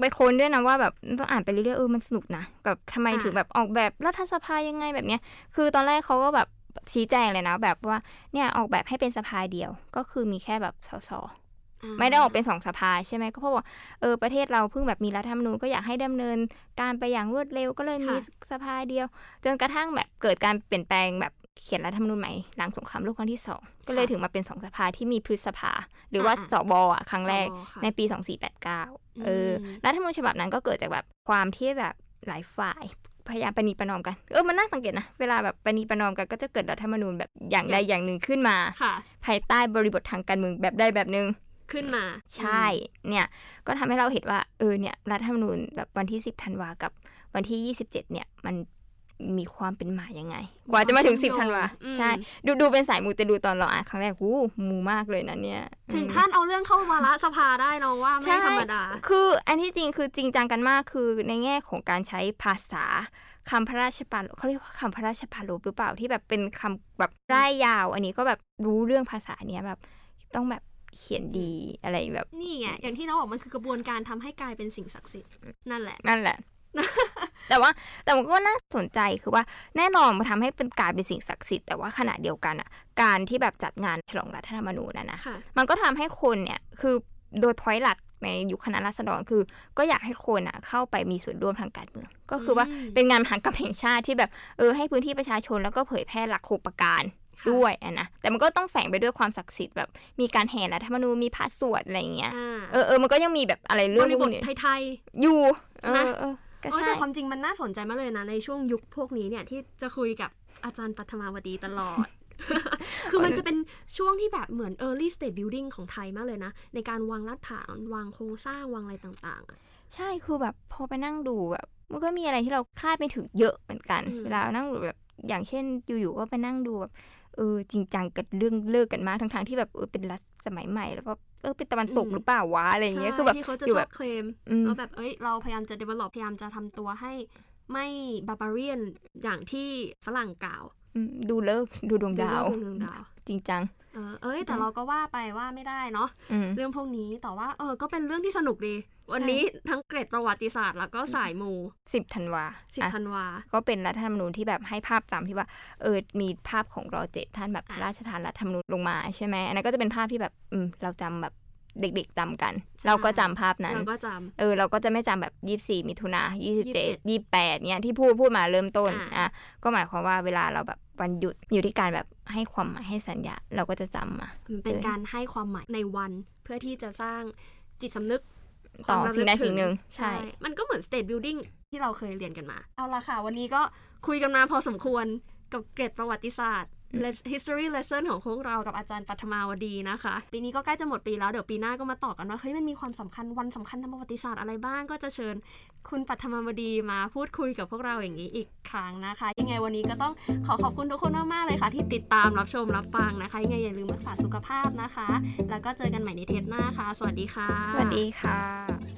S2: ไปค้นด้วยนะว่าแบบต้องอ่านไปเรื่อยๆเออมันสนุกนะกับทำไมถึงแบบออกแบบรัฐสภายังไงแบบเนี้ย คือตอนแรกเขาก็แบบชี้แจงเลยนะแบบว่าเนี่ยออกแบบให้เป็นสภาเดียวก็คือมีแค่แบบสสไม่ได้ออกเป็นสองสภาใช่ไหมก็เพราะว่าเออประเทศเราเพิ่งแบบมีรัฐธรรมนูญก็อยากให้ดำเนินการไปอย่างรวดเร็วก็เลยมีสภาเดียว จนกระทั่งแบบเกิดการเปลี่ยนแปลงแบบเขียนรัฐธรรมนูญใหม่หลังสงครามโลกครั้งที่สองก็เลยถึงมาเป็นสองสภาที่มีพฤษภา หรือว่าสบอ่ะครั้งแรก
S1: สวค่ะ
S2: ในปี 2489 เออ
S1: ม
S2: รัฐธรรมนูญฉบับนั้นก็เกิดจากแบบความที่แบบหลายฝ่ายพยายามประนีประนอมกัน เออ มันน่าสังเกตนะ เวลาแบบประนีประนอมกันก็จะเกิดรัฐธรรมนูญแบบอย่างใดอย่างหนึ่งขึ้นมา
S1: ค่ะ
S2: ภายใต้บริบททางการเมืองแบบใดแบบหนึ่ง
S1: ขึ้นมา
S2: ใช่ เนี่ย ก็ทำให้เราเห็นว่า เออ เนี่ย รัฐธรรมนูญแบบวันที่ 10 ธันวา กับวันที่ 27 เนี่ย มันมีความเป็นมายังไง กว่าจะมาถึง 10 ธันวา
S1: อืม
S2: ใช่ ดูดูเป็นสายมูแต่ดูตอนเราอ่านครั้งแรกวู้มูมากเลยนะเนี่ยอืม
S1: ถึงขั้นเอาเรื่องเข้าวาระสภาได้เนาะว่าไม่
S2: ใช่
S1: ธรรมดา
S2: คืออันที่จริงคือจริงจังกันมากคือในแง่ของการใช้ภาษาคำพระราชปารเขาเรียกว่าคำพระราชปรารภหรือเปล่าที่แบบเป็นคำแบบร่ายยาว อันนี้ก็แบบรู้เรื่องภาษาเนี้ยแบบต้องแบบเขียนดีอะไรแบบ
S1: นี่ไงอย่างที่น้องบอกมันคือกระบวนการทำให้กลายเป็นสิ่งศักดิ์สิทธิ์นั่นแหละ
S2: นั่นแหละ แต่ว่าแต่มันก็น่าสนใจคือว่าแน่นอนมันทำให้เป็นกลายเป็นสิ่งศักดิ์สิทธิ์แต่ว่าขณะเดียวกันอ่ะการที่แบบจัดงานฉลองรัฐธรรมนูญนะนะ
S1: ค่ะ
S2: มันก็ทำให้คนเนี่ย คือโดยพอยต์หลักในยุคคณะราษฎรคือ ก็อยากให้คนอ่ะเข้าไปมีส่วนร่วมทางการเมือง ก็คือว่า
S1: อืม
S2: เป็นงานมหากรรมแห่งชาติที่แบบเออให้พื้นที่ประชาชนแล้วก็เผยแพร่หลักโคปการ
S1: ค่ะ
S2: ด้วยอะนะแต่มันก็ต้องแฝงไปด้วยความศักดิ์สิทธิ์แบบมีการแห่รัฐธรรมนูญมีพระสวดอะไรอย่างเงี้ย
S1: อ่า
S2: เออเออมันก็ยังมีแบบอะไร
S1: บ
S2: เรื่อง
S1: ริ
S2: พ
S1: บ
S2: ว
S1: ท
S2: กนี้
S1: ไทย
S2: อยู่เอ
S1: นะ
S2: อเออ
S1: ๆ
S2: ก็
S1: โอ้ย
S2: ใช่
S1: แต่ความจริงมันน่าสนใจมากเลยนะ ในช่วงยุคพวกนี้เนี่ยที่จะคุยกับอาจารย์ปัทมาวดีตลอ ด คือมันจะเป็นช่วงที่แบบเหมือน early state building ของไทยมากเลยนะ ในการวางรากฐานวางโครงสร้างวางอะไรต่างๆอะ
S2: ใช่ คือแบบพอไปนั่งดูแบบมันก็มีอะไรที่เราคาดไม่ถึงเยอะเหมือนกัน
S1: อืม
S2: เวลาเรานั่งดูแบบอย่างเช่นอยู่ๆก็ไปนั่งดูแบบเออจริงจังกับเรื่องเลิกกันมากทั้งๆที่แบบเออเป็นรัฐสมัยใหม่ แล้วก็เออเป็นตะวันตกหรือเปล่าวะอะไรอย่างเงี้ยคือแบบ
S1: ใช่ที่เขาจะ
S2: อยู่
S1: ช
S2: แบ
S1: อบบ เคลม
S2: อืม
S1: เราแบบ เอ้ย เราพยายามจะ develop พยายามจะทำตัวให้ไม่บาบาเรียนอย่างที่ฝรั่งกล่าว
S2: อืมดูเลิกดูดวงดาว
S1: หรือเรื่องดวงดาว
S2: จริงจัง
S1: เออ เอ้ย แต่เราก็ว่าไปว่าไม่ได้เนาะ
S2: อืม
S1: เรื่องพวกนี้ แต่ว่า เออ ก็เป็นเรื่องที่สนุกดี วันนี้ทั้งเกร็ดประวัติศาสตร์ แล้วก็สายมู
S2: สิบธันวา
S1: สิบ
S2: อ่ะ
S1: ธันวา
S2: ก็เป็นรัฐธรรมนูญที่แบบให้ภาพจำที่ว่าเออมีภาพของรอเจ็ดท่านแบบพระราชทานรัฐธรรมนูญลงมาใช่ไหมอันนั้นก็จะเป็นภาพที่แบบอืมเราจำแบบเด็กๆจำกัน
S1: ใช่
S2: เราก็จำภาพนั้น
S1: เราก็จ
S2: เออเราก็จะไม่จำแบบ 24 มิถุนา27
S1: 27
S2: 28เนี่ยที่พูดพูดมาเริ่มต้น
S1: อ่า
S2: อ่ะก็หมายความว่าเวลาเราแบบวันหยุดอยู่ที่การแบบให้ความหมายให้สัญญาเราก็จะจำมา
S1: มันเป็นการให้ความหมายในวันเพื่อที่จะสร้างจิตสำนึก
S2: ต่อ
S1: ความระลึก
S2: สิ่งใด
S1: ถึง
S2: สิ่งหนึ่งใช่
S1: มันก็เหมือน state building ที่เราเคยเรียนกันมา เอาละค่ะ วันนี้ก็คุยกันมาพอสมควรกับเกรดประวัติศาสตร์
S2: อืม
S1: Les- history lesson ของพวกเรากับอาจารย์ปัทมาวดีนะคะ ปีนี้ก็ใกล้จะหมดปีแล้ว เดี๋ยวปีหน้าก็มาต่อกันว่าเฮ้ยมันมีความสำคัญวันสำคัญทางประวัติศาสตร์อะไรบ้าง ก็จะเชิญคุณปัทมาวดีมาพูดคุยกับพวกเราอย่างนี้อีกครั้งนะคะ ยังไงวันนี้ก็ต้องขอขอบคุณทุกคนมากๆเลยค่ะ ที่ติดตามรับชมรับฟังนะคะยังไงอย่าลืมรักษาสุขภาพนะคะ แล้วก็เจอกันใหม่ในเทปหน้าค่ะ สวัสดีค่ะ
S2: สวัสดีค่ะ